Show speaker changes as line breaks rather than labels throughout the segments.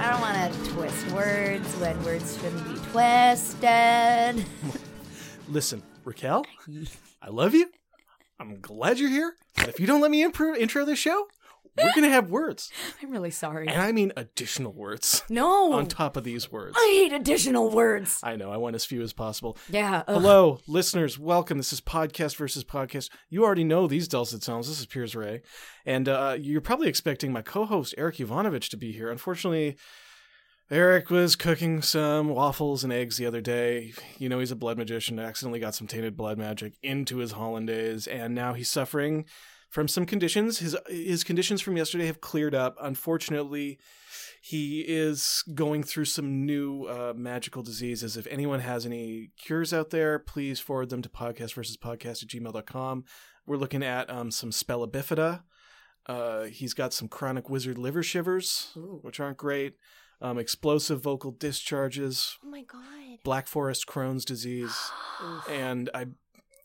I don't want to twist words when words shouldn't be twisted.
Listen, Raquel, I love you. I'm glad you're here. But if you don't let me impro- intro this show, we're going to have words.
I'm really sorry.
And I mean additional words
No.
on top of these words.
I hate additional words.
I know, I want as few as possible.
Yeah. ugh.
Hello, listeners. Welcome. This is Podcast versus Podcast. You already know these dulcet sounds. This is Piers Ray. And uh, you're probably expecting my co host, Eric Ivanovich, to be here. Unfortunately, Eric was cooking some waffles and eggs the other day. You know, he's a blood magician, accidentally got some tainted blood magic into his hollandaise, and now he's suffering from some conditions. His his conditions from yesterday have cleared up. Unfortunately, he is going through some new uh, magical diseases. If anyone has any cures out there, please forward them to podcast versus podcast at gmail.com. We're looking at um, some spella bifida. Uh, he's got some chronic wizard liver shivers,
Ooh.
which aren't great. Um, explosive vocal discharges,
Oh my god.
Black Forest Crohn's disease, and I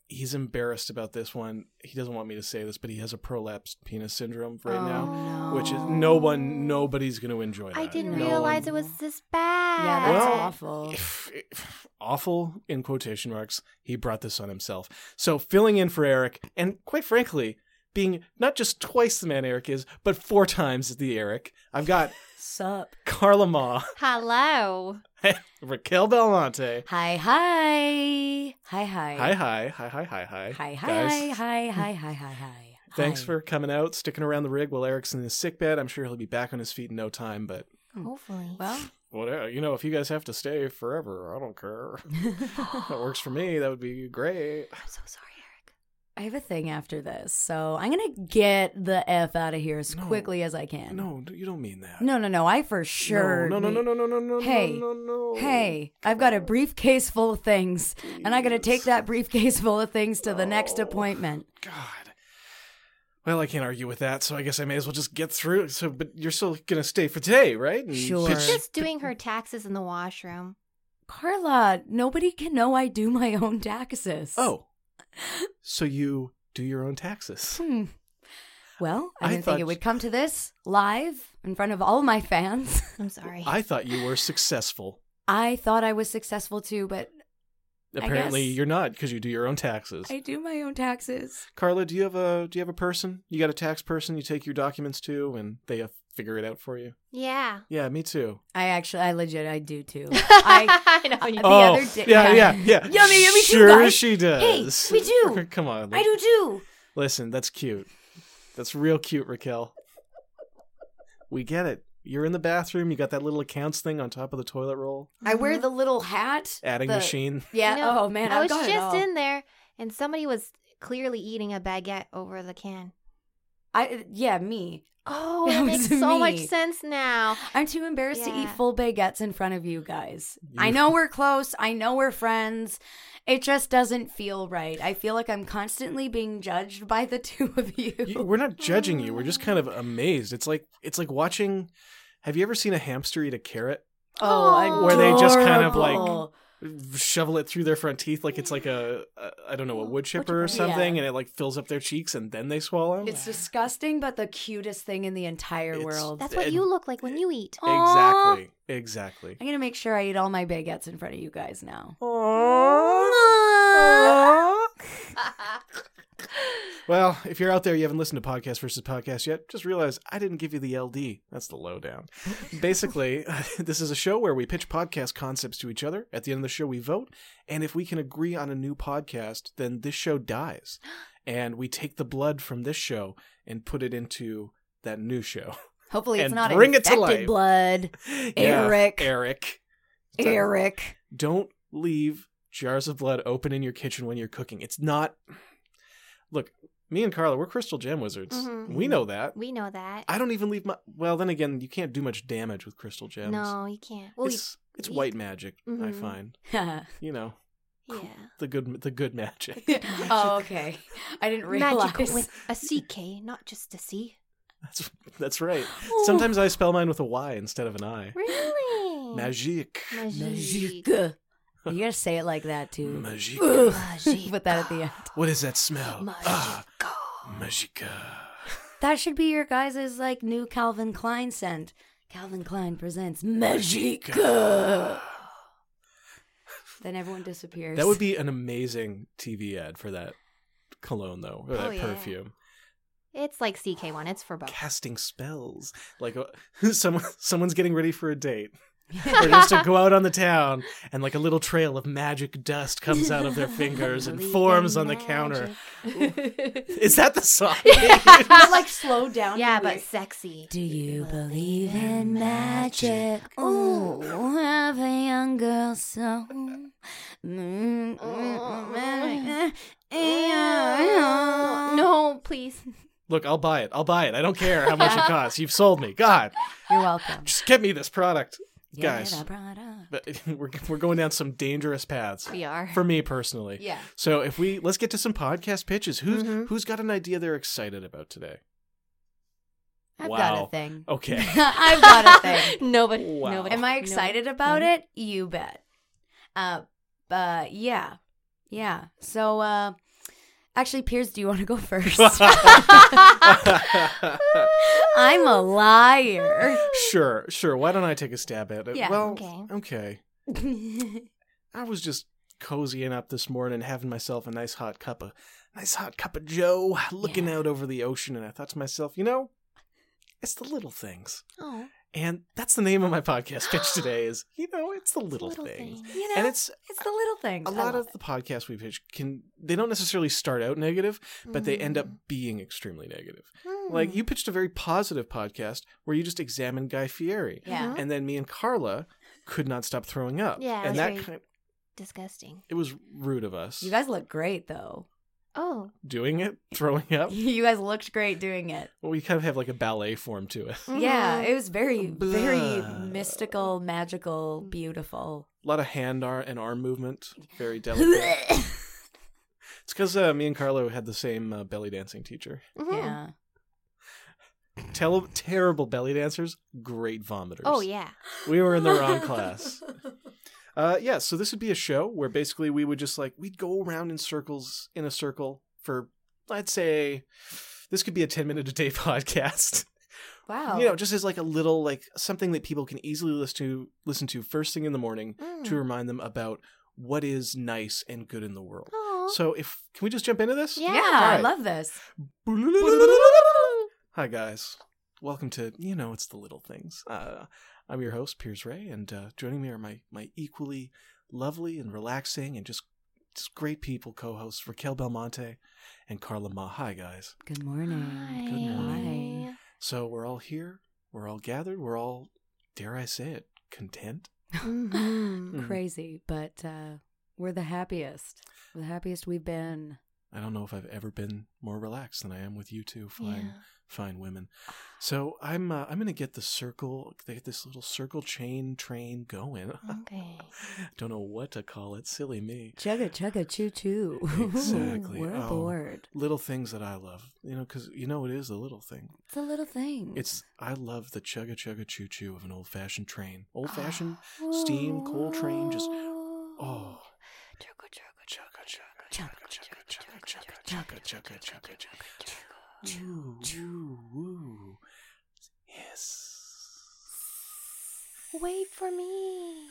he's embarrassed about this one. He doesn't want me to say this, but he has a prolapsed penis syndrome right now,
Oh,
which is no one, nobody's going to enjoy. That.
I didn't
No
realize
one-
it was this bad.
Yeah, that's
Well-
awful.
If, if- awful in quotation marks. He brought this on himself. So filling in for Eric, and quite frankly, being not just twice the man Eric is, but four times the Eric. I've got
Sup.
Carla Ma,
Hello.
Raquel Belmonte.
Hi hi. Hi hi.
Hi, hi, hi, hi, hi, hi.
Hi hi hi
Guys,
hi hi hi hi hi.
Thanks for coming out, sticking around the rig while Eric's in his sick bed. I'm sure he'll be back on his feet in no time, but
Hopefully.
Hmm. Well,
whatever. You know, if you guys have to stay forever, I don't care. that works for me. That would be great.
I'm so sorry, Eric.
I have a thing after this, so I'm gonna get the f out of here as
No.
quickly as I can.
No, you don't mean that.
no, no, no. I for sure.
No, no, no,
need-
no, no, no, no,
Hey.
no, no, no.
Hey, I've got a briefcase full of things, and I got to take that briefcase full of things to the next appointment.
God. Well, I can't argue with that, so I guess I may as well just get through. So, but you're still gonna stay for today, right? And
Sure.
pitch-
Just doing her taxes in the washroom.
Carla, nobody can know I do my own taxes.
oh, so you do your own taxes?
Hmm. Well, I
I
didn't
thought
think it would come to this live in front of all my fans.
I'm sorry.
I thought you were successful.
I thought I was successful too, but
Apparently,
guess-
you're not because you do your own taxes.
I do my own taxes.
Carla, do you have a do you have a person? You got a tax person you take your documents to, and they uh, figure it out for you.
yeah.
Yeah, me too.
I actually, I legit, I do too. I,
know you
The
oh,
other day-
yeah,
yeah.
yeah, yeah.
Yummy, yummy too,
Sure,
guys.
she does.
we do.
Come on,
I do too.
Listen, that's cute. That's real cute, Raquel. We get it. You're in the bathroom. You got that little accounts thing on top of the toilet roll,
I wear the little hat.
Mm-hmm. adding
the-
machine.
Yeah.
No,
oh man,
I
I've
was
got it
just
all.
in there and somebody was clearly eating a baguette over the can.
I yeah, me.
Oh,
That
it
was
makes so much
me.
sense now.
I'm too embarrassed to eat
Yeah.
full baguettes in front of you guys. I
You-
know we're close. I know we're friends. It just doesn't feel right. I feel like I'm constantly being judged by the two of you.
You- we're not judging you. We're just kind of amazed. It's like it's like watching. Have you ever seen a hamster eat a carrot?
oh,
Where they just kind of,
adorable.
Shovel it through their front teeth like it's like a, a I don't know a wood chipper or
chipper, yeah.
something, and it like fills up their cheeks and then they swallow.
It's disgusting, but the cutest thing in the entire
It's-
world.
That's what
And-
you look like when you eat.
exactly, exactly.
I'm gonna make sure I eat all my baguettes in front of you guys now.
Well, if you're out there, you haven't listened to Podcast versus Podcast yet, just realize I didn't give you the LD. That's the lowdown. Basically, this is a show where we pitch podcast concepts to each other. At the end of the show, we vote. And if we can agree on a new podcast, then this show dies. And we take the blood from this show and put it into that new show.
Hopefully, it's
And
not
bring it to
infected
life.
blood, Eric.
Eric.
Eric.
don't leave jars of blood open in your kitchen when you're cooking. It's not. Look, me and Carla, we're crystal gem wizards.
Mhm.
Mm-hmm.
We know that.
We know that.
I don't even leave my. Well, then again, you can't do much damage with crystal gems.
No, you can't. Well, you-
it's it's
we-
white magic.
Mm-hmm.
I
Mhm.
find
oh,
you know
yeah.
the good the good magic.
Oh, okay. I didn't realize.
Magical with a CK, not just a C.
That's that's right.
Oh.
Sometimes I spell mine with a Y instead of an I.
Really?
Magique.
Magique.
Magique. You gotta say it like that too.
Magique.
Ugh.
Magique.
Put that at the end.
What is that smell? Ah,
Magique.
magique.
That should be your guys' like new Calvin Klein scent. Calvin Klein presents Magica. then everyone disappears.
That would be an amazing TV ad for that cologne, though, or
Oh,
that
yeah.
perfume.
It's like CK1. It's for both.
Casting spells, like uh, someone someone's getting ready for a date. They're just to go out on the town, and like a little trail of magic dust comes out of their fingers and
Believe
forms
in
on the counter.
magic.
Is that the song?
Not like slow down.
yeah,
to
but
me.
sexy.
Do you believe in magic? Ooh, have a young girl so. No.
No, please.
Look, I'll buy it. I'll buy it. I don't care how much it costs. You've sold me. God,
You're welcome.
just get me this product,
You're
guys.
the product.
But we're we're going down some dangerous paths.
We are.
for me personally.
Yeah.
So if we let's get to some podcast pitches. Who's
Mhm.
who's got an idea they're excited about today?
I've
Wow.
got a thing.
Okay.
I've got a thing.
nobody.
Wow.
Nobody.
Am I
no-
excited about it? You bet. Uh, but yeah, yeah. So, uh, actually, Piers, do you want to go first? I'm a liar.
sure, sure. Why don't I take a stab at it?
Yeah,
well,
okay.
okay.
Ooh,
I was just cozying up this morning, having myself a nice hot cup of nice hot cup of Joe, looking out over the ocean, and I thought to myself, you know, it's the little things.
Oh,
And that's the name of my podcast pitch today is, you know, it's the little,
little
things.
thing.
you know,
And
it's,
it's
the little things.
a
I
lot
love
of the podcasts we've pitched can they don't necessarily start out negative but they end
Mm.
up being extremely negative
Mm-hmm.
like you pitched a very positive podcast where you just examined guy fieri
it. yeah.
Mhm.
and then me and carla could not stop throwing up
Yeah,
and
that's
that
right.
kind
disgusting.
it was rude of us
You guys look great though.
Oh,
doing it throwing up
You guys looked great doing it.
well we kind of have like a ballet form to it
Yeah,
mhm.
it was very, very
Blah.
mystical, magical, beautiful.
a lot of hand ar- and arm movement very delicate it's because uh, me and carlo had the same uh, belly dancing teacher
Mhm.
yeah.
Tell terrible belly dancers great vomiters
Oh yeah.
we were in the wrong class Uh, yeah, so this would be a show where basically we would just like we'd go around in circles in a circle for let's say this could be a 10 minute a day podcast.
Wow.
You know, just as like a little like something that people can easily listen to listen to first thing in the morning
Mm.
to remind them about what is nice and good in the world.
Aw.
So if can we just jump into this?
Yeah.
yeah, I
Alright.
love this.
Hi guys. Welcome to You Know It's the Little Things. Uh, I'm your host, Piers Ray, and uh, joining me are my, my equally lovely and relaxing and just, just great people co hosts Raquel Belmonte and Carla Ma. Hi guys.
Good morning.
Hi.
mm, Good morning. So we're all here, we're all gathered, we're all, dare I say it, content?
Mhm.
Mhm.
Mm, Crazy, but uh, we're the happiest. We're the happiest we've been.
I don't know if I've ever been more relaxed than I am with you two flying
Yeah.
fine women. So I'm uh, I'm gonna get the circle, get this little circle chain train going.
Okay.
Don't know what to call it. Silly me.
Chugga chugga choo choo.
Exactly.
we're
Oh.
bored.
Little things that I love, you know, because you know it is a little thing.
Mm-hmm.
It's a little thing.
It's I love the chugga chugga choo choo of an old fashioned train, old
Ah.
fashioned steam coal train. Just oh,
Chugga, chugga,
chugga chugga
Chugga,
chugga chugga chugga chugga chugga chugga chugga chugga
chugga.
choo choo woo. Yes.
Wait for me.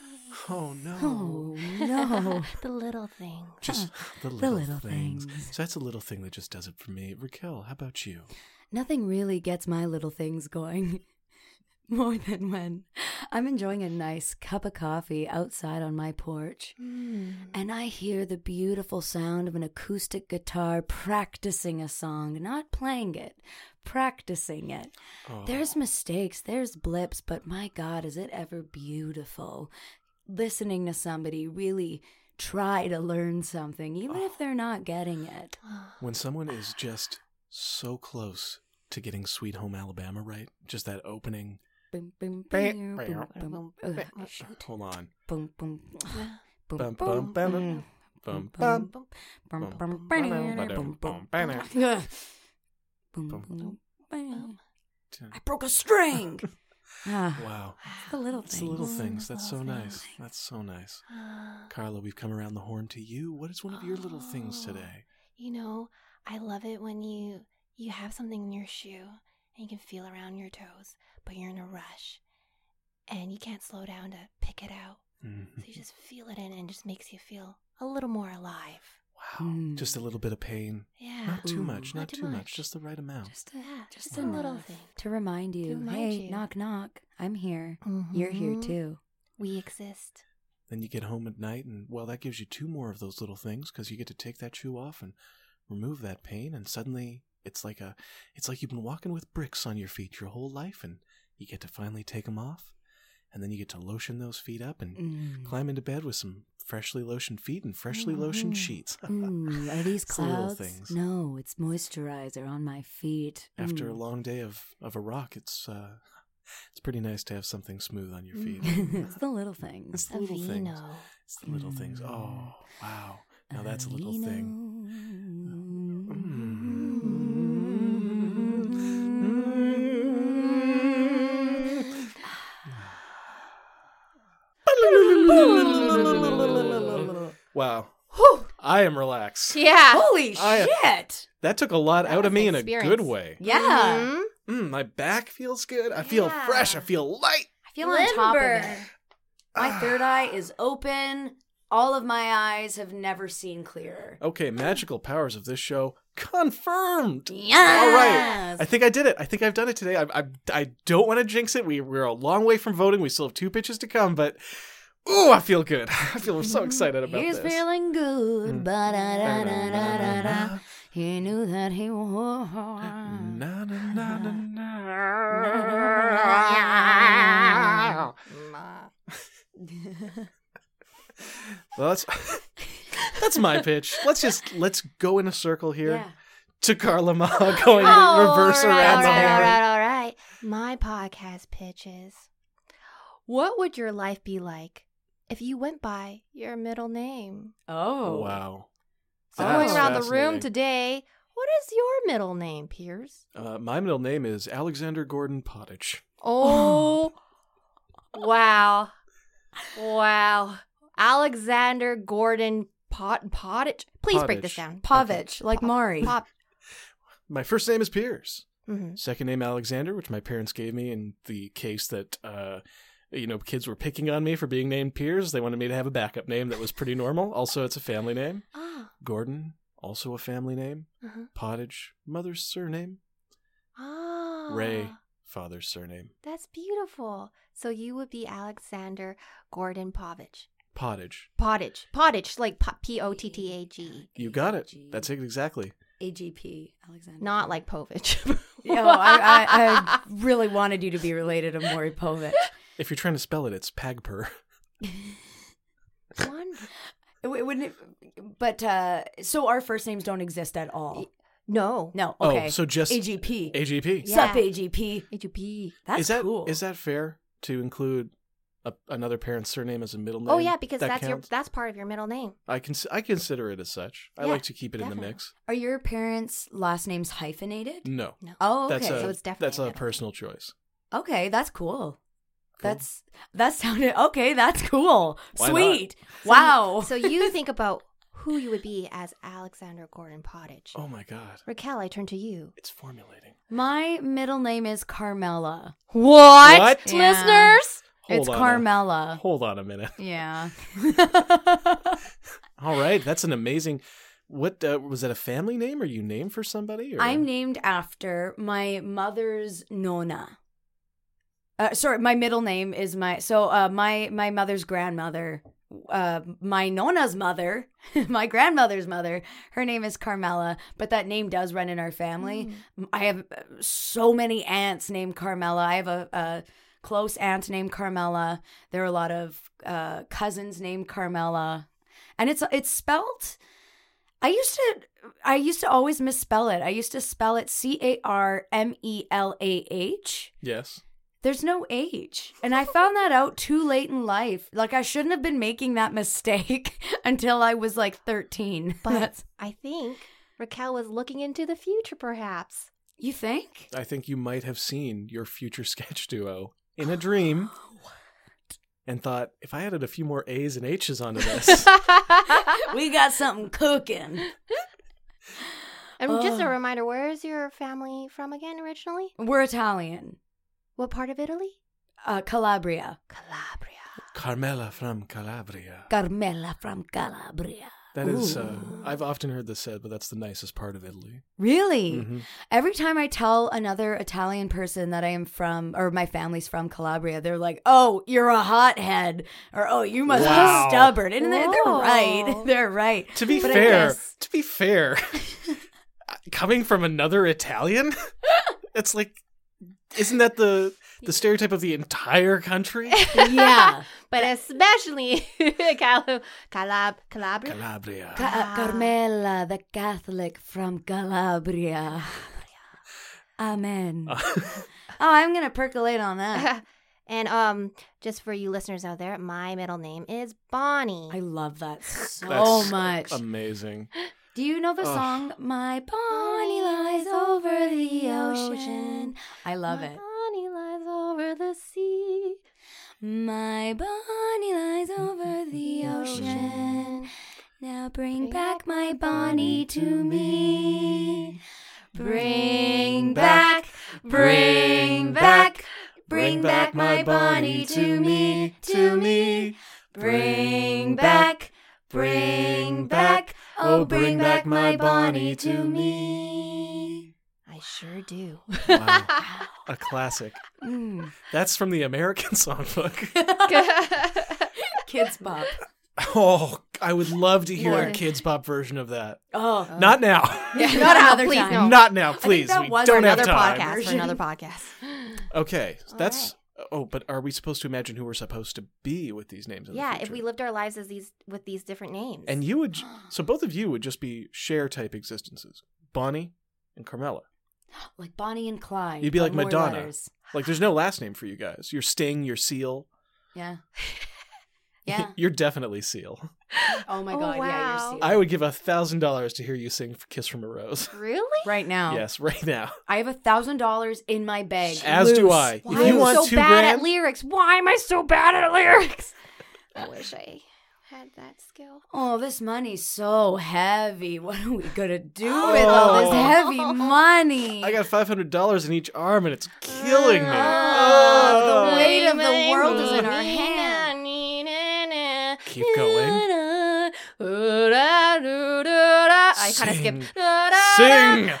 Oh no.
oh no.
the little thing.
Just the
the
little,
little
things.
things.
So that's a little thing that just does it for me. Raquel, how about you?
Nothing really gets my little things going more than when I'm enjoying a nice cup of coffee outside on my porch and I hear the beautiful sound of an acoustic guitar practicing a song, not playing it, practicing it.
Oh.
There's mistakes, there's blips, but my God, is it ever beautiful listening to somebody really try to learn something, even if they're not getting it.
when someone is just so close to getting Sweet Home Alabama right, just that opening.
Boom, boom, boom,
Bam,
boom,
bam,
boom. Ugh, shoot.
Hold on.
Boom, boom, boom,
Bum,
boom,
bum, bum,
boom,
bum,
bum, bum, Mm. bum, bum, bum,
bum, bum, bum,
bum, bum.
bum, bum, bum.
Ugh. Boom,
Bum.
boom, bam. I broke a string. Ah,
Wow.
the little
It's the little
things.
things. That's so
Little
nice.
things.
That's so nice.
Ah,
Carla, we've come around the horn to you. What is one of your little things
Oh.
today?
you know, I love it when you you have something in your shoe and you can feel around your toes, but you're in a rush and you can't slow down to pick it out.
Oh.
Mm-hmm.
So you just feel it in and it just makes you feel a little more alive.
Wow.
Mm.
Just a little bit of pain.
Yeah.
Not too
Ooh.
much,
Not
not,
too
too,
much.
much. just the right amount.
Just a,
Yeah,
just
just a little
enough
thing.
to remind you,
remind
hey,
you.
knock knock, I'm here.
Mm-hmm.
You're here
Mhm.
too.
We exist.
Then you get home at night, and well, that gives you two more of those little things because you get to take that shoe off and remove that pain, and suddenly it's like a, it's like you've been walking with bricks on your feet your whole life, and you get to finally take them off, and then you get to lotion those feet up and
Mm.
climb into bed with some freshly lotioned feet and freshly lotioned
Mhm.
sheets.
Mm, are these
It's the little
clouds?
things.
No, it's moisturizer on my feet.
After a
Mm.
long day of of a rock, it's uh, it's pretty nice to have something smooth on your feet.
it's the little things.
It's the little things.
Avino.
It's the little things.
Mm.
Oh, wow. Now
Uh,
that's a little thing. Wow. I am relaxed.
Yeah.
Holy
I- uh,
shit!
That took a lot
That
out
was
of
an
me in
experience.
a good way.
Yeah.
Mhm.
Mm, my back feels good. I feel
Yeah.
fresh. I feel light.
I feel on top of it.
Limber. My
Ah.
third eye is open. All of my eyes have never seen clearer.
Okay, magical powers of this show confirmed. All right.
Yes.
I think I did it. I think I've done it today. I, I, I don't want to jinx it. We, we're a long way from voting. We still have two pitches to come, but ooh, I feel good. I feel
Mm-hmm.
so excited about
He's
this.
feeling good.
Mm.
Ba-da-da-da-da-da-da. He knew that he was.
Mm.
Na, na, na, na,
Uh-huh.
na. Well, that's that's my pitch. Let's just let's go in a circle here.
Yeah.
To Carla Ma going Oh, reverse
all Oh, right,
around
all
the
right, all
horn.
right, all right. My podcast pitch is: What would your life be like if you went by your middle name?
Oh.
Wow.
So
That's
going around the room
fascinating.
today, what is your middle name, Piers?
Uh, my middle name is Alexander Gordon Pottage.
Oh, wow, wow! Alexander Gordon Pot Pottage. Please break this
Pottage.
down.
Povich, like Mari.
Pop.
My first name is Pierce.
Mhm.
Second name Alexander, which my parents gave me in the case that uh, you know kids were picking on me for being named Piers. They wanted me to have a backup name that was pretty normal. Also, it's a family name.
Ah,
Gordon, also a family name.
uh-huh.
Pottage, mother's surname.
ah.
Ray, father's surname.
That's beautiful. So you would be Alexander Gordon Povich.
Pottage.
Pottage. Pottage, like po- P O T T A G. E,
You got it. That's it exactly.
AGP, Alexander.
Not like Povich.
Yo, I, I, I really wanted you to be related to Maury Povich.
If you're trying to spell it, it's Pagper.
Wonderful.
It w- wouldn't it- but uh, so our first names don't exist at all.
No.
No, okay.
Oh, so just
AGP.
AGP.
Yeah.
Sup, AGP.
H U P.
That's
is that
cool.
is that fair to include a, another parent's surname as a middle name?
Oh yeah, because
That
that's your
counts?
that's part of your middle name.
I can I consider it as such. I
Yeah,
like to keep it in
definitely.
the mix.
Are your parents' last names hyphenated?
No,
No.
Oh, okay.
that's a
so it's definitely
that's
a
a
middle.
personal choice.
okay, that's cool.
Cool.
That's that sounded okay. That's cool.
Why not?
Sweet.
So
wow.
you- so you think about who you would be as Alexander Gordon Pottage.
oh my god,
Raquel, I turn to you.
it's formulating.
My middle name is Carmela.
What?
What?
Yeah.
Listeners?
Hold
it's
on a-
Carmela.
Hold on a minute.
Yeah.
All right, that's an amazing. What uh, was that? A family name? Are you named for somebody? Or?
I'm named after my mother's nona. Uh, sorry, my middle name is my so uh, my my mother's grandmother, uh, my nona's mother, my grandmother's mother. Her name is Carmela, but that name does run in our family. I have uh, so many aunts named Carmela. I have a, a close aunt named Carmela. There are a lot of uh, cousins named Carmela, and it's it's spelt. I used to I used to always misspell it. I used to spell it C A R M E L A H.
Yes.
There's no H. And I found that out too late in life. Like, I shouldn't have been making that mistake until I was like 13.
But I think Raquel was looking into the future perhaps.
you think?
I think you might have seen your future sketch duo in a dream and thought, if I added a few more A's and H's onto this,
We got something cooking.
And just a
Ugh.
reminder, where is your family from again originally?
We're Italian.
What part of Italy?
Uh, Calabria.
Calabria.
Mm, Carmela from Calabria.
Carmela from Calabria.
That is, uh,
Ooh.
I've often heard this said, but that's the nicest part of Italy.
Really?
Mm-hmm.
Mhm.
Every time I tell another Italian person that I am from, or my family's from Calabria, they're like, "Oh, you're a hothead," or "Oh, you must
Wow.
be stubborn," and they're, they're
Whoa.
right. They're right.
To be
But I
fair,
guess-
to be fair, coming from another Italian, it's like, isn't that the the stereotype of the entire country?
yeah,
But especially Calab Calab Calabria.
Calabria.
Ca- uh, Carmela, the Catholic from Calabria. Amen.
Uh,
Oh, I'm gonna percolate on that.
and um just for you listeners out there, my middle name is Bonnie.
I love that so
That's
much.
amazing.
Do you know the
Ugh.
song "My Bonnie Lies Over the Ocean"? I love
My
it.
Bonnie lies over the sea.
My Bonnie lies over the ocean. Now bring back my Bonnie to me. Bring back, bring back, bring back my Bonnie to me, to me. Bring back, bring back, oh, bring back my Bonnie to me.
I sure do.
Wow. A classic.
Mm.
That's from the American songbook.
Kids Bop.
Oh, I would love to hear a
More.
kids pop version of that.
Oh,
Not now.
not
No,
another
please,
time.
no.
Not now, please.
that
We
was
don't have
another
time.
podcast. For
Version.
another podcast.
Okay, that's. Oh, but are we supposed to imagine who we're supposed to be with these names? In the
yeah, if
future?
we lived our lives as these with these different names.
And you would. So both of you would just be share type existences. Bonnie and Carmela.
Like Bonnie and Clyde.
You'd be
but
like
more
Madonna.
letters.
Like, there's no last name for you guys. You're Sting, you're Seal.
Yeah. Yeah.
You're definitely Seal.
Oh my
Oh,
God. Yeah,
wow.
you're
I would give a $1,000 to hear you sing Kiss from a Rose.
really?
right now.
Yes, right now.
I have a thousand dollars in my bag.
As do
loose.
I. If
Why
you
am I
want
so
two
bad
grand-
at lyrics? Why am I so bad at lyrics? I wish I had that skill.
Oh, this money's so heavy. What are we gonna do
Oh.
with all this
Oh.
heavy money?
I got $500 in each arm and it's killing me. Oh.
Ah, the weight of the world is in our
hand.
Keep going.
I kind of
Sing.
skipped.
Sing!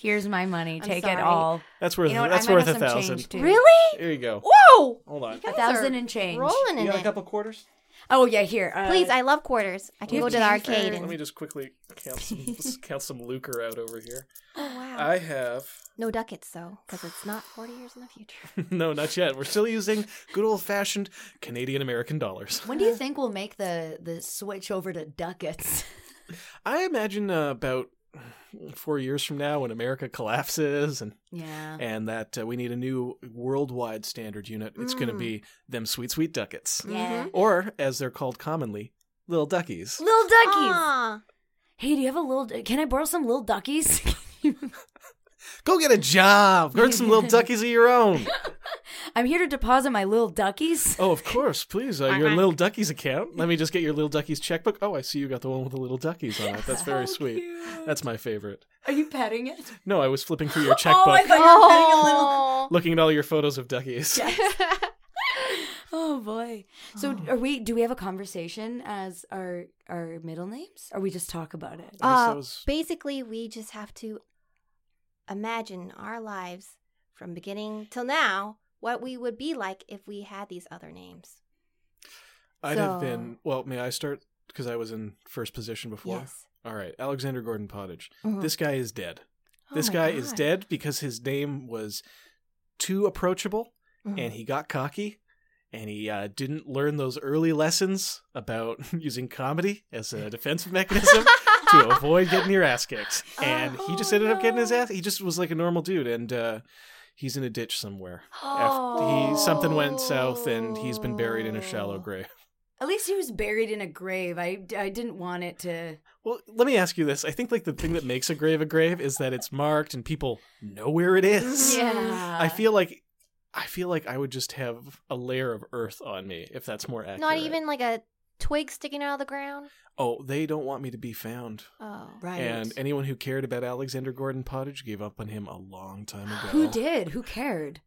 Here's my money.
I'm
Take it
sorry.
all.
That's worth,
You know what?
that's
I might
worth
have
a
some
thousand.
change, too.
Really?
Here you go.
Whoa!
Hold on.
A thousand and change.
Rolling
You
in
got a
it.
couple quarters?
Oh yeah, here. Uh,
Please, I love quarters. I can go to the arcade.
Let me
And...
just quickly count some, count some lucre out over here.
Oh wow!
I have.
No ducats though, because it's not forty years in the future.
No, not yet. We're still using good old fashioned Canadian American dollars.
When do you think we'll make the the switch over to ducats?
I imagine uh, about four years from now when America collapses and
yeah.
and that uh, we need a new worldwide standard unit, it's going to
Mm.
be them sweet sweet ducats,
Yeah.
Mm-hmm.
or as they're called commonly, little duckies.
Little duckies.
Aw.
Hey, do you have a little? Can I borrow some little duckies?
Go get a job, earn some little duckies of your own.
I'm here to deposit my little duckies.
Oh, of course, please, uh, your little duckies account. Let me just get your little duckies checkbook. Oh, I see you got the one with the little duckies on it. That's very sweet. That's my favorite.
Are you petting it?
No, I was flipping through your checkbook,
Oh, I thought you were petting a little.
Oh.
looking at all your photos of duckies.
Oh boy. So are we? Do we have a conversation as our our middle names, or we just talk about it?
I guess
Uh,
that was-
Basically, we just have to imagine our lives from beginning till now, what we would be like if we had these other names.
I'd have
So-
been. Well, may I start? Because I was in first position before.
Yes.
All right. Alexander Gordon Pottage.
Mhm.
This guy is dead.
Oh
this
my
guy is
God.
dead because his name was too approachable
Mhm.
and he got cocky and he uh, didn't learn those early lessons about using comedy as a defensive mechanism to avoid getting your ass kicked. And he just
Oh,
ended up getting his
no.
ass. He just was like a normal dude and uh, he's in a ditch somewhere.
Oh.
After he something went south and he's been buried in a shallow grave.
At least he was buried in a grave. I, I didn't want it to.
Well, let me ask you this. I think like the thing that makes a grave a grave is that it's marked and people know where it is.
Yeah.
I feel like I feel like I would just have a layer of earth on me if that's more accurate.
Not even like a twig sticking out of the ground.
Oh, they don't want me to be found.
Oh,
Right.
And anyone who cared about Alexander Gordon Pottage gave up on him a long time ago.
Who did? Who cared?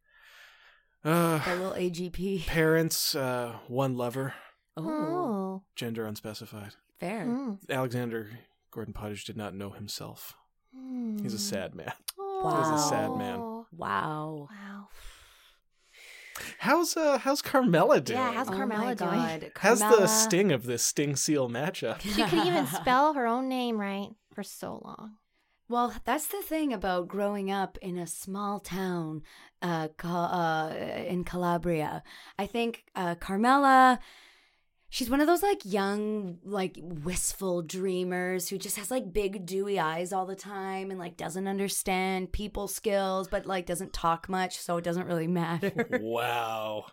Uh,
That little AGP.
parents, uh, one lover,
Oh,
gender unspecified.
fair.
Mm.
Alexander Gordon Pottage did not know himself. He's a
Mm.
sad man.
He's a sad
man.
Oh,
Wow.
Wow.
How's uh how's Carmela doing?
Yeah, how's
oh my
Carmela doing?
God.
How's the
Carmela-
sting of this sting seal matchup?
She could even spell her own name right for so long.
Well, that's the thing about growing up in a small town uh, Cal- uh, in Calabria. I think uh, Carmela, she's one of those like young, like wistful dreamers who just has like big dewy eyes all the time and like doesn't understand people skills, but like doesn't talk much, so it doesn't really matter.
wow.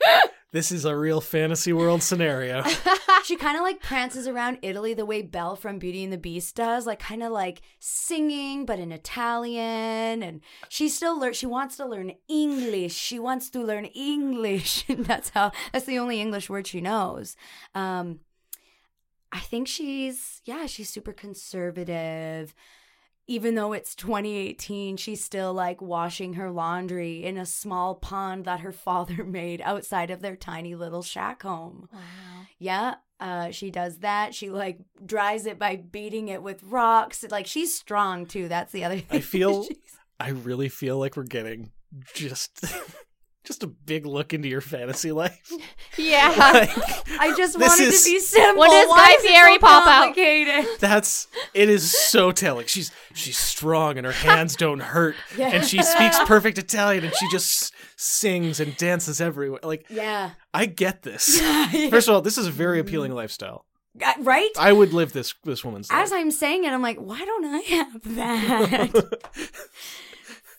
This is a real fantasy world scenario.
she kind of like prances around Italy the way Belle from Beauty and the Beast does, like kind of like singing but in Italian, and she still learn. She wants to learn English. She wants to learn English, and that's how. That's the only English word she knows. Um, I think she's yeah, she's super conservative. Even though it's 2018, she's still like washing her laundry in a small pond that her father made outside of their tiny little shack home.
Wow.
Yeah, uh, she does that. She like dries it by beating it with rocks. Like she's strong too. That's the other thing.
I feel-
She's-
I really feel like we're getting just just a big look into your fantasy life.
Yeah.
Like,
I just
This
wanted
is-
to be simple.
When does
Why
Guy
is it
Fieri
so
pop out?
complicated?
that's it is so telling. She's she's strong and her hands don't hurt
Yeah.
and she speaks perfect Italian and she just sings and dances everywhere. Like
Yeah.
I get this. First of all, this is a very appealing lifestyle.
Uh, right?
I would live this this woman's life.
As I'm saying it, I'm like, why don't I have that?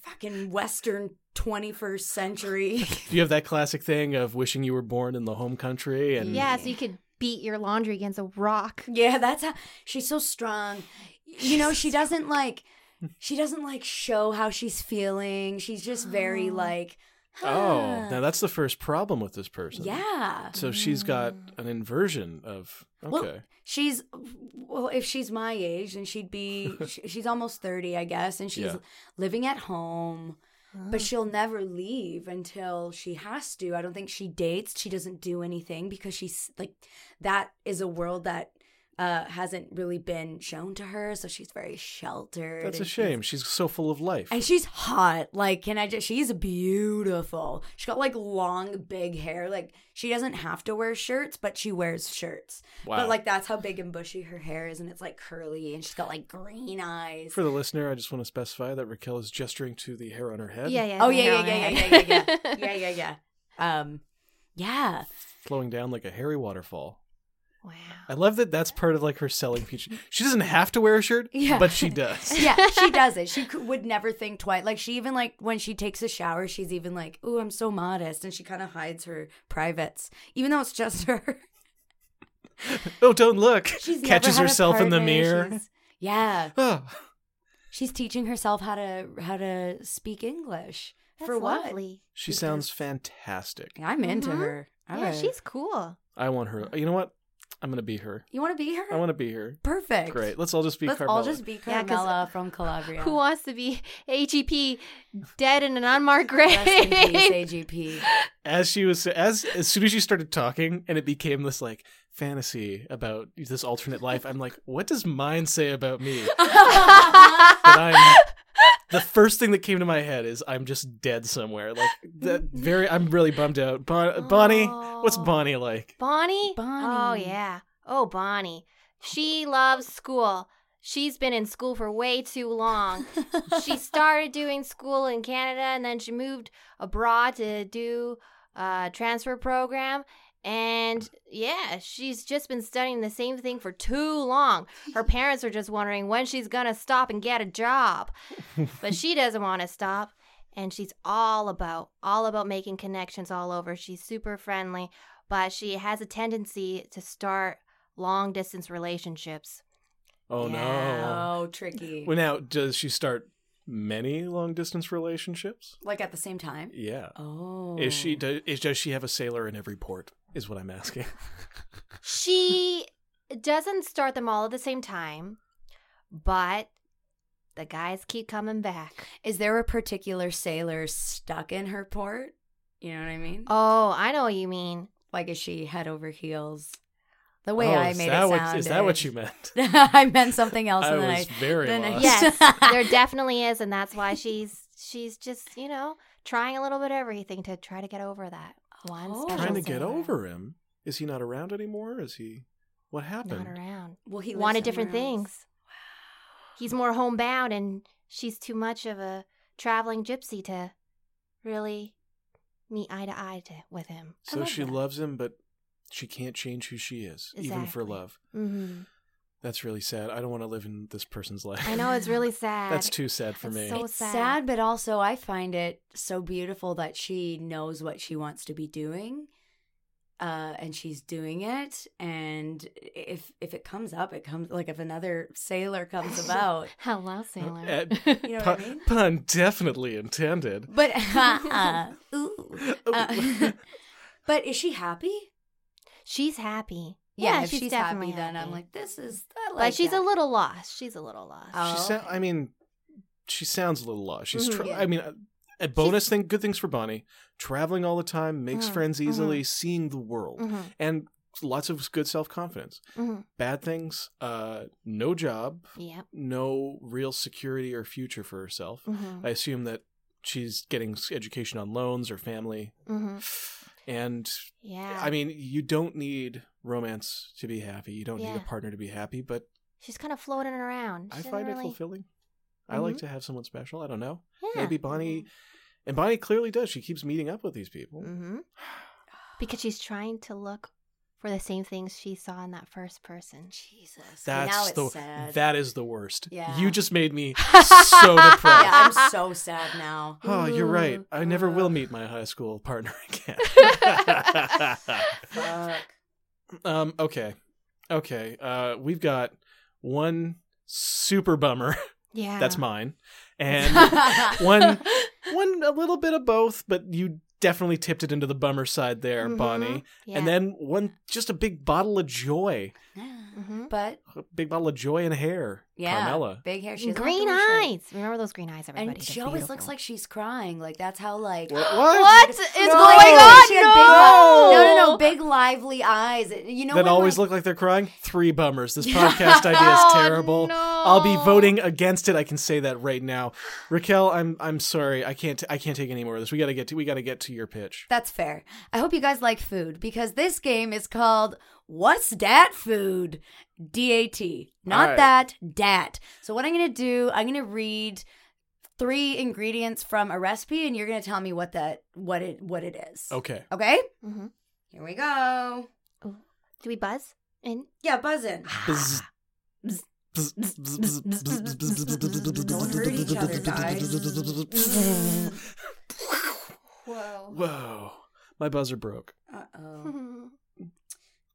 Fucking Western 21st century.
you have that classic thing of wishing you were born in the home country and
yeah, so you could beat your laundry against a rock.
Yeah, that's how she's so strong. You know, she doesn't like she doesn't like show how she's feeling. She's just very like
Oh,
"Huh."
now that's the first problem with this person.
Yeah. Mm.
So she's got an inversion of
Well,
okay.
she's well, if she's my age, then she'd be sh- she's almost 30, I guess, and she's
Yeah. Oh.
living at home. But she'll never leave until she has to. I don't think she dates. She doesn't do anything because she's like that is a world that uh hasn't really been shown to her, so she's very sheltered.
That's a
and she's-
shame. She's so full of life.
And she's hot. Like, can I just? She's beautiful. She's got like long, big hair. Like, she doesn't have to wear shirts, but she wears shirts.
Wow.
But like, that's how big and bushy her hair is, and it's like curly, and she's got like green eyes.
For the listener, I just want to specify that Raquel is gesturing to the hair on her head,
Yeah, yeah.
oh
the hair
yeah,
on
yeah, yeah,
her
yeah,
head.
yeah, yeah, yeah, yeah, yeah, yeah. Um, yeah.
flowing down like a hairy waterfall.
Wow.
I love that that's part of like her selling feature. She doesn't have to wear a shirt,
Yeah.
but she does.
yeah, she does it. She could, would never think twice. Like she even like when she takes a shower, she's even like, "Ooh, I'm so modest," and she kind of hides her privates, even though it's just her.
oh, don't look.
She's never
Catches
had a
herself in the
partner.
mirror.
She's- yeah,
Oh,
she's teaching herself how to how to speak English
That's
for what?
lovely.
she sounds fantastic.
I'm into
Mhm.
her. All
yeah,
right.
she's cool.
I want her. You know what? I'm gonna be her.
You want to be her?
I want to be her.
Perfect.
Great. Let's all just be
Let's
Carmela.
all just be
Yeah, 'cause-
Carmela from Calabria.
Who wants to be AGP dead in an unmarked grave?
Rest in peace, AGP.
as she was as as soon as she started talking and it became this like fantasy about this alternate life. I'm like, what does mine say about me? That I'm the first thing that came to my head is I'm just dead somewhere. Like that very I'm really bummed out. Bon- Bonnie, what's
Aw.
Bonnie like?
Bonnie?
Bonnie.
Oh, yeah. Oh, Bonnie. She loves school. She's been in school for way too long. she started doing school in Canada and then she moved abroad to do a transfer program. And yeah, she's just been studying the same thing for too long. Her parents are just wondering when she's going to stop and get a job. but she doesn't want to stop. And she's all about all about making connections all over. She's super friendly, but she has a tendency to start long distance relationships.
Oh
Yeah.
Oh, tricky.
no. Well now does she start many long distance relationships?
like at the same time.
Yeah.
Oh.
Is she does, is, does she have a sailor in every port? is what I'm asking.
She doesn't start them all at the same time, but the guys keep coming back.
Is there a particular sailor stuck in her port? You know what I mean?
Oh, I know what you mean.
Like, is she head over heels? The way
Oh,
I
is
made it
that
sound.
what- Is that what you meant?
I meant something else.
I
and then
was very
then I-
lost.
Yes, there definitely is, and that's why she's she's just you know trying a little bit of everything to try to get over that one.
Oh.
special
Trying to get
sailor.
over him. Is he not around anymore? Is he? What
Not
happened?
around.
well, he
He
lives
wanted different
somewhere else.
things. He's more homebound, and she's too much of a traveling gypsy to really meet eye to eye to, with him.
I
So
love
she
that.
loves him, but she can't change who she is, even for
Exactly.
love.
Mm-hmm.
hmm
That's really sad. I don't want to live in this person's life.
I know it's really sad.
That's too sad for
It's
me.
so
It's
sad.
sad. but also I find it so beautiful that she knows what she wants to be doing, uh, and she's doing it. And if if it comes up, it comes like if another sailor comes about,
Hello, sailor.
Uh,
you know what I
pun,
mean?
pun definitely intended.
But
uh-uh.
ooh. Uh, but is she happy?
she's happy.
if she's, happy,
definitely
then I'm
happy.
like, this is I like
but she's
that.
a little lost. She's a little lost.
Oh,
she sa-
okay.
I mean, she sounds a little lost. She's.
Mhm.
Tra-
Mm-hmm. Yeah.
I mean, a, a bonus thing. Good things for Bonnie. Traveling all the time makes
Mm,
Mhm.
friends easily.
mm-hmm.
Seeing the world
Mhm,
and lots of good self confidence.
mhm.
Bad things. Uh, no job.
Yep.
No real security or future for herself.
mhm,
I assume that she's getting s- education on loans or family.
mhm.
And
Yeah.
I mean, you don't need romance to be happy. You don't need
Yeah.
a partner to be happy, but
she's kind of floating around. She
I
doesn't
find it
really-
fulfilling. I
Mm-hmm.
like to have someone special. I don't know.
Yeah.
Maybe Bonnie,
Mm-hmm.
and Bonnie clearly does. She keeps meeting up with these people.
Mm.
Mm-hmm. Because she's trying to look for the same things she saw in that first person.
Jesus. now
That's
it's
the
sad.
that is the worst.
Yeah.
You just made me so
yeah,
depressed.
I'm so sad now.
Oh, you're right.
Ooh.
I never
Uh.
will meet my high school partner again.
Fuck.
um. Okay. Okay. Uh, we've got one super bummer.
Yeah.
That's mine, and one one a little bit of both, but you definitely tipped it into the bummer side there,
Mhm.
Bonnie.
Yeah.
And then one just a big bottle of joy.
Mhm.
But
a big bottle of joy and hair.
yeah,
Carmella.
big hair, she doesn't
green
have to wear a shirt.
eyes. Remember those green eyes, everybody.
and she always looks like she's crying. Like that's how like
What?
What is
No,
going on?
She had
no.
Big, li- no, no, no, big lively eyes. It- You know
that
when
always
we're-
look like they're crying. Three bummers. This podcast idea is
Oh,
terrible. I'll be voting against it. I can say that right now. Raquel, I'm I'm sorry. I can't I can't take any more of this. We gotta get to we gotta get to your pitch.
That's fair. I hope you guys like food because this game is called What's Dat Food? DAT. Not
Alright.
that, dat. So, what I'm going to do, I'm going to read three ingredients from a recipe and you're going to tell me what that what it what it is.
Okay.
Okay?
hmm
Here we go.
Do we buzz? And
Yeah, buzzing.
Bzz. Bzz. Bzz. Bzz. Bzz. Bzz. Bzz. Bzz. Bzz.
Don't hurt each other, guys. Whoa.
Whoa. My buzzer broke.
Uh-oh.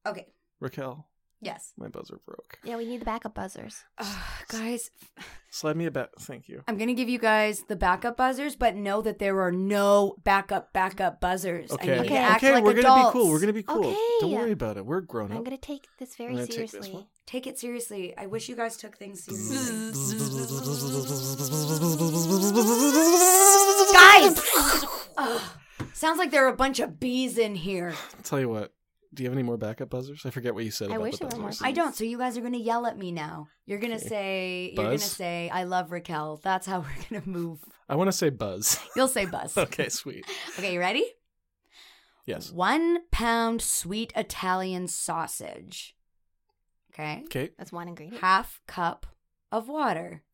Okay.
Raquel,
Yes.
my buzzer broke.
yeah, we need the backup buzzers.
Ugh, guys,
Slide me a bet. Thank you.
I'm going to give you guys the backup buzzers, but know that there are no backup backup buzzers. I
Okay.
need you to
Okay.
act
Okay,
like
we're gonna be
adults.
cool. We're gonna be cool. Don't
Okay.
worry about it. We're grown
I'm
up.
gonna take this very
I'm gonna take this
seriously.
one.
Take it seriously. I wish you guys took things seriously. guys! Ugh. sounds like there are a bunch of bees in here.
Tell you what. Do you have any more backup buzzers? I forget what you said
I
about
wish
the
there were more
buzzers.
I don't, so you guys are going to yell at me now. You're going to
Okay.
say, you're going to
Buzz?
say, I love Raquel. That's how we're going to move.
I want to say buzz.
You'll say buzz.
okay, sweet.
Okay, you ready?
Yes.
One pound sweet Italian sausage. Okay.
Okay.
That's one ingredient.
Half cup of water.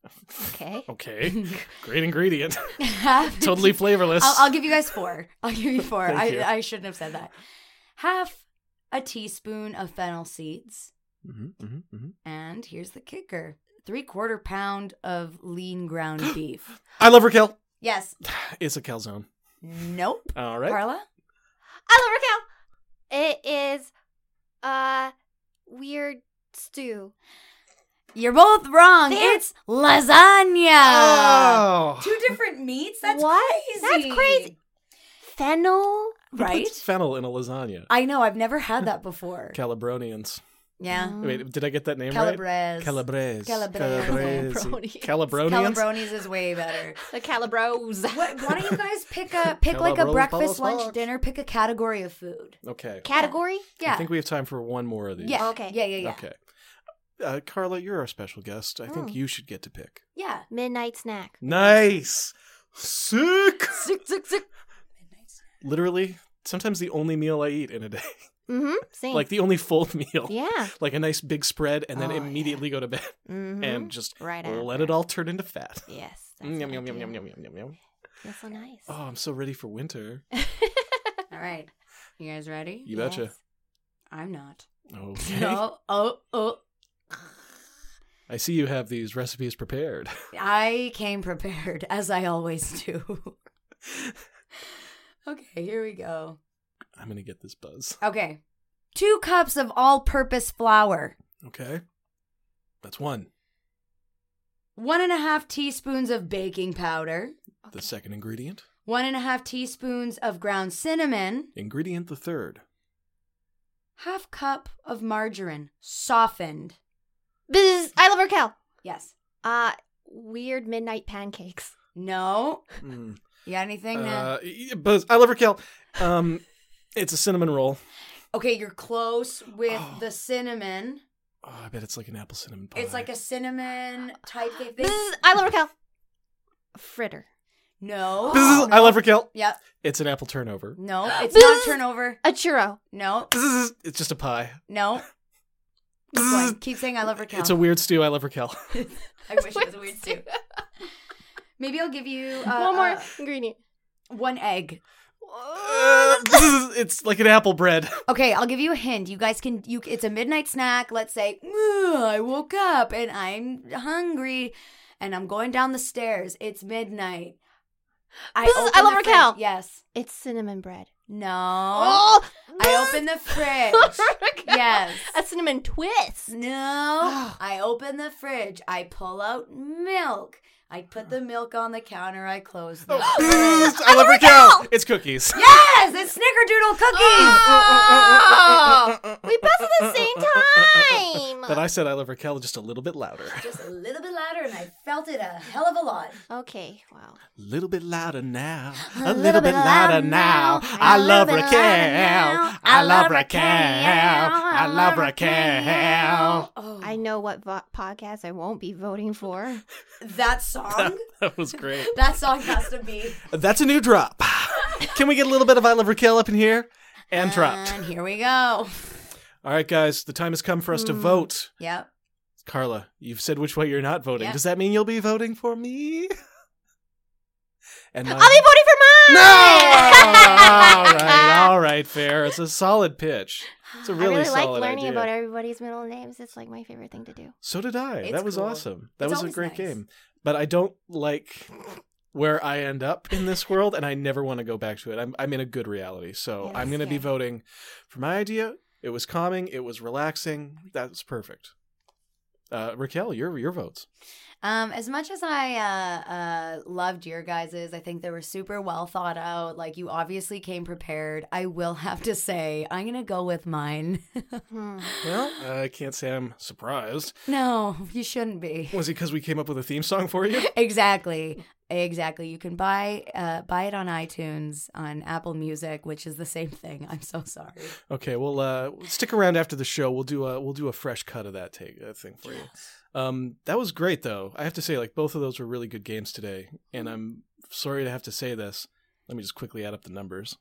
Okay.
Okay. Great ingredient.
Half-
totally flavorless.
I'll, I'll give you guys four. I'll give you four.
Thank
I,
you.
I shouldn't have said that. Half a teaspoon of fennel seeds.
hmm hmm hmm
And here's the kicker three quarter pound of lean ground beef.
I love Raquel.
Yes.
It's a calzone.
Nope.
All right.
Carla?
I love Raquel. It is a weird stew.
You're both wrong.
There-
It's lasagna.
Oh.
Two different meats? That's
What?
crazy.
That's crazy. Fennel
right?
It's fennel in a lasagna.
I know. I've never had that before.
Calabronians.
yeah.
Mm-hmm.
Wait, did I get that name right?
Calabrese.
Calabrese.
Calabrese.
Calabrese.
Calabronians.
Calabronians.
Calabroni's is way better.
The Calabros.
What, why don't you guys pick a pick like a
Calabrose
breakfast,
Palace
lunch,
Box.
dinner? Pick a category of food.
Okay.
Category?
Yeah.
I think we have time for one more of these.
yeah.
Okay.
Yeah. Yeah. Yeah.
Okay. Uh, Carla, you're our special guest. I think you should get to pick.
Yeah.
Midnight snack.
Nice. Sick.
Zick, zick, zick.
Literally, sometimes the only meal I eat in a day.
Mm-hmm. Same.
like the only full meal.
yeah.
Like a nice big spread and then
Oh, yeah.
immediately go to bed
Mm-hmm.
and just
Right
let
after.
it all turn into fat.
yes. that's
Yum, yum,
what I
yum,
do.
yum, yum, yum, yum, yum.
Feels so nice.
Oh, I'm so ready for winter.
All right. You guys ready?
You betcha.
Yes.
I'm not.
Okay.
No. Oh. Oh.
I see you have these recipes prepared.
I came prepared, as I always do. okay. Here we go.
I'm going to get this buzz.
Okay. Two cups of all-purpose flour.
Okay. That's one.
One and a half teaspoons of baking powder.
The second ingredient.
One and a half teaspoons of ground cinnamon.
Ingredient the third.
Half cup of margarine, softened.
This is I love Raquel.
Yes.
Uh weird midnight pancakes.
No.
Mm.
You got anything? Nat?
Uh, Buzz, I love Raquel. Um, it's a cinnamon roll.
okay, you're close with
Oh.
the cinnamon.
Oh, I bet it's like an apple cinnamon pie.
It's like a cinnamon type thing.
This is I love Raquel. Fritter.
no.
Oh,
Buzz, I love Raquel.
Yep.
It's an apple turnover.
No. It's
This
not
is-
a turnover.
A churro.
No.
Buzz, it's just a pie.
No. Keep,
Buzz.
going. Keep saying I love Raquel.
It's a weird stew. I love Raquel.
I wish it was a weird too. Maybe I'll give you uh,
One more
uh,
ingredient.
one egg.
Uh, Buzz, it's like an apple bread.
Okay, I'll give you a hint. You guys can you it's a midnight snack. Let's say, "Ugh, I woke up and I'm hungry and I'm going down the stairs. It's midnight.
This is- I
open
love
the fridge-
Raquel.
Yes.
It's cinnamon bread.
No.
Oh,
I open the fridge. Yes.
A cinnamon twist.
No. I open the fridge. I pull out milk. I put the milk on the counter. I close the
Buzz, I love Raquel. It's cookies.
Yes, it's snickerdoodle cookies.
Oh, we buzzed at the same
But
time.
I said I love Raquel just a little bit louder.
Just a little bit louder and I felt it a hell of a lot.
Okay, wow.
A little bit louder now.
A little bit louder now. A little bit louder now. I love Raquel. I love Raquel.
Oh,
I know what vo- podcast I won't be voting for.
that song.
That was great.
that song has to be.
That's a new drop. Can we get a little bit of I Love Raquel up in here? And
Uh,
dropped.
And here we go.
All right, guys, the time has come for us
hmm.
to vote.
Yep.
Carla, you've said which way you're not voting.
Yeah.
Does that mean you'll be voting for me? And
I'll be voting for
no!
mine.
all right, all right, fair. It's a solid pitch. It's a really,
I really like
solid
learning
idea.
about everybody's middle names. It's like my favorite thing to do.
So did I.
It's
that was
cool.
awesome. That
It's
was a
always nice.
great game. But I don't like where I end up in this world, and I never want to go back to it. I'm, I'm in a good reality. So
Yeah,
I'm going to be
yeah.
voting for my idea. It was calming, it was relaxing. That's perfect. Uh, Raquel, your your votes.
Um, as much as I uh, uh, loved your guys's, I think they were super well thought out. Like you obviously came prepared. I will have to say, I'm gonna go with mine.
Hmm.
Well, I can't say I'm surprised.
no, you shouldn't be.
Was it because we came up with a theme song for you?
exactly exactly you can buy uh, buy it on itunes on apple music which is the same thing i'm so sorry
Okay, well, uh, stick around after the show. We'll do a we'll do a fresh cut of that take uh, thing for you. Um, that was great, though. I have to say, like both of those were really good games today,
Mm-hmm.
and I'm sorry to have to say this. Let me just quickly add up the numbers.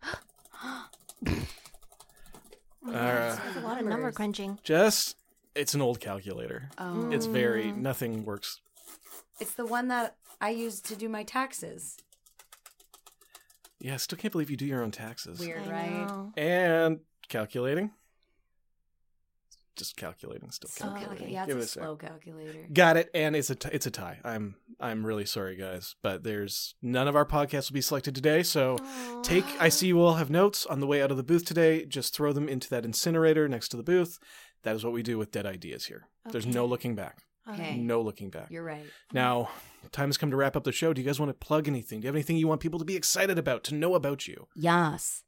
Uh,
There's a lot of number
Numbers.
crunching.
just it's an old calculator.
um,
It's very nothing works.
it's the one that i use to do my taxes
Yeah, I still can't believe you do your own taxes.
Weird.
I
Right.
know.
And calculating. Just calculating, still
so
calculating.
calcu- yeah
Give it
it's a
a sec.
slow calculator
Got it. And it's a t- it's a tie. I'm I'm really sorry, guys, but there's none of our podcasts will be selected today. So Oh, take. I see you all have notes on the way out of the booth today. Just throw them into that incinerator next to the booth. That is what we do with dead ideas here. There's no looking back.
Okay.
No looking back.
you're right
Now, time has come to wrap up the show. Do you guys want to plug anything? Do you have anything you want people to be excited about, to know about you?
yes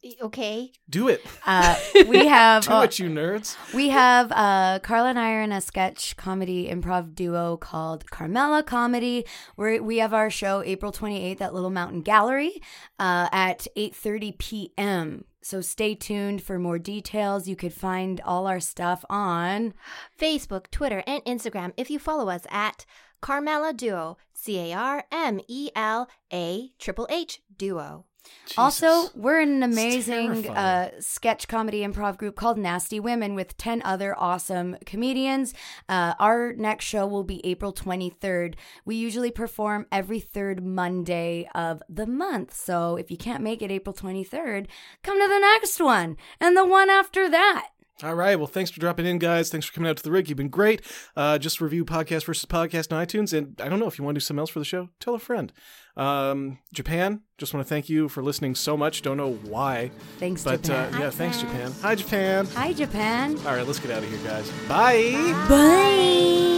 G-
Okay.
Do it.
Uh, we have
Do
uh,
it, you nerds.
we have uh, Carla and I are in a sketch comedy improv duo called Carmela Comedy. Where we have our show April 28th at Little Mountain Gallery uh, at 8:30 p.m. So stay tuned for more details. You could find all our stuff on
Facebook, Twitter, and Instagram if you follow us at Carmela Duo, C A R M E L A Triple H Duo.
Also,
Jesus.
we're in an amazing
terrifying.
uh, sketch comedy improv group called Nasty Women with 10 other awesome comedians. Uh, our next show will be April 23rd. We usually perform every third Monday of the month. So if you can't make it April 23rd, come to the next one and the one after that.
All right. Well, thanks for dropping in, guys. Thanks for coming out to the rig. You've been great. Uh, just review podcast versus podcast on iTunes. And I don't know if you want to do something else for the show, tell a friend. Um, Japan, just want to thank you for listening so much. Don't know why,
Thanks,
but uh,
Japan.
yeah, thanks, Japan. Hi, Japan.
Hi, Japan.
All right, let's get out of here, guys. Bye.
Bye.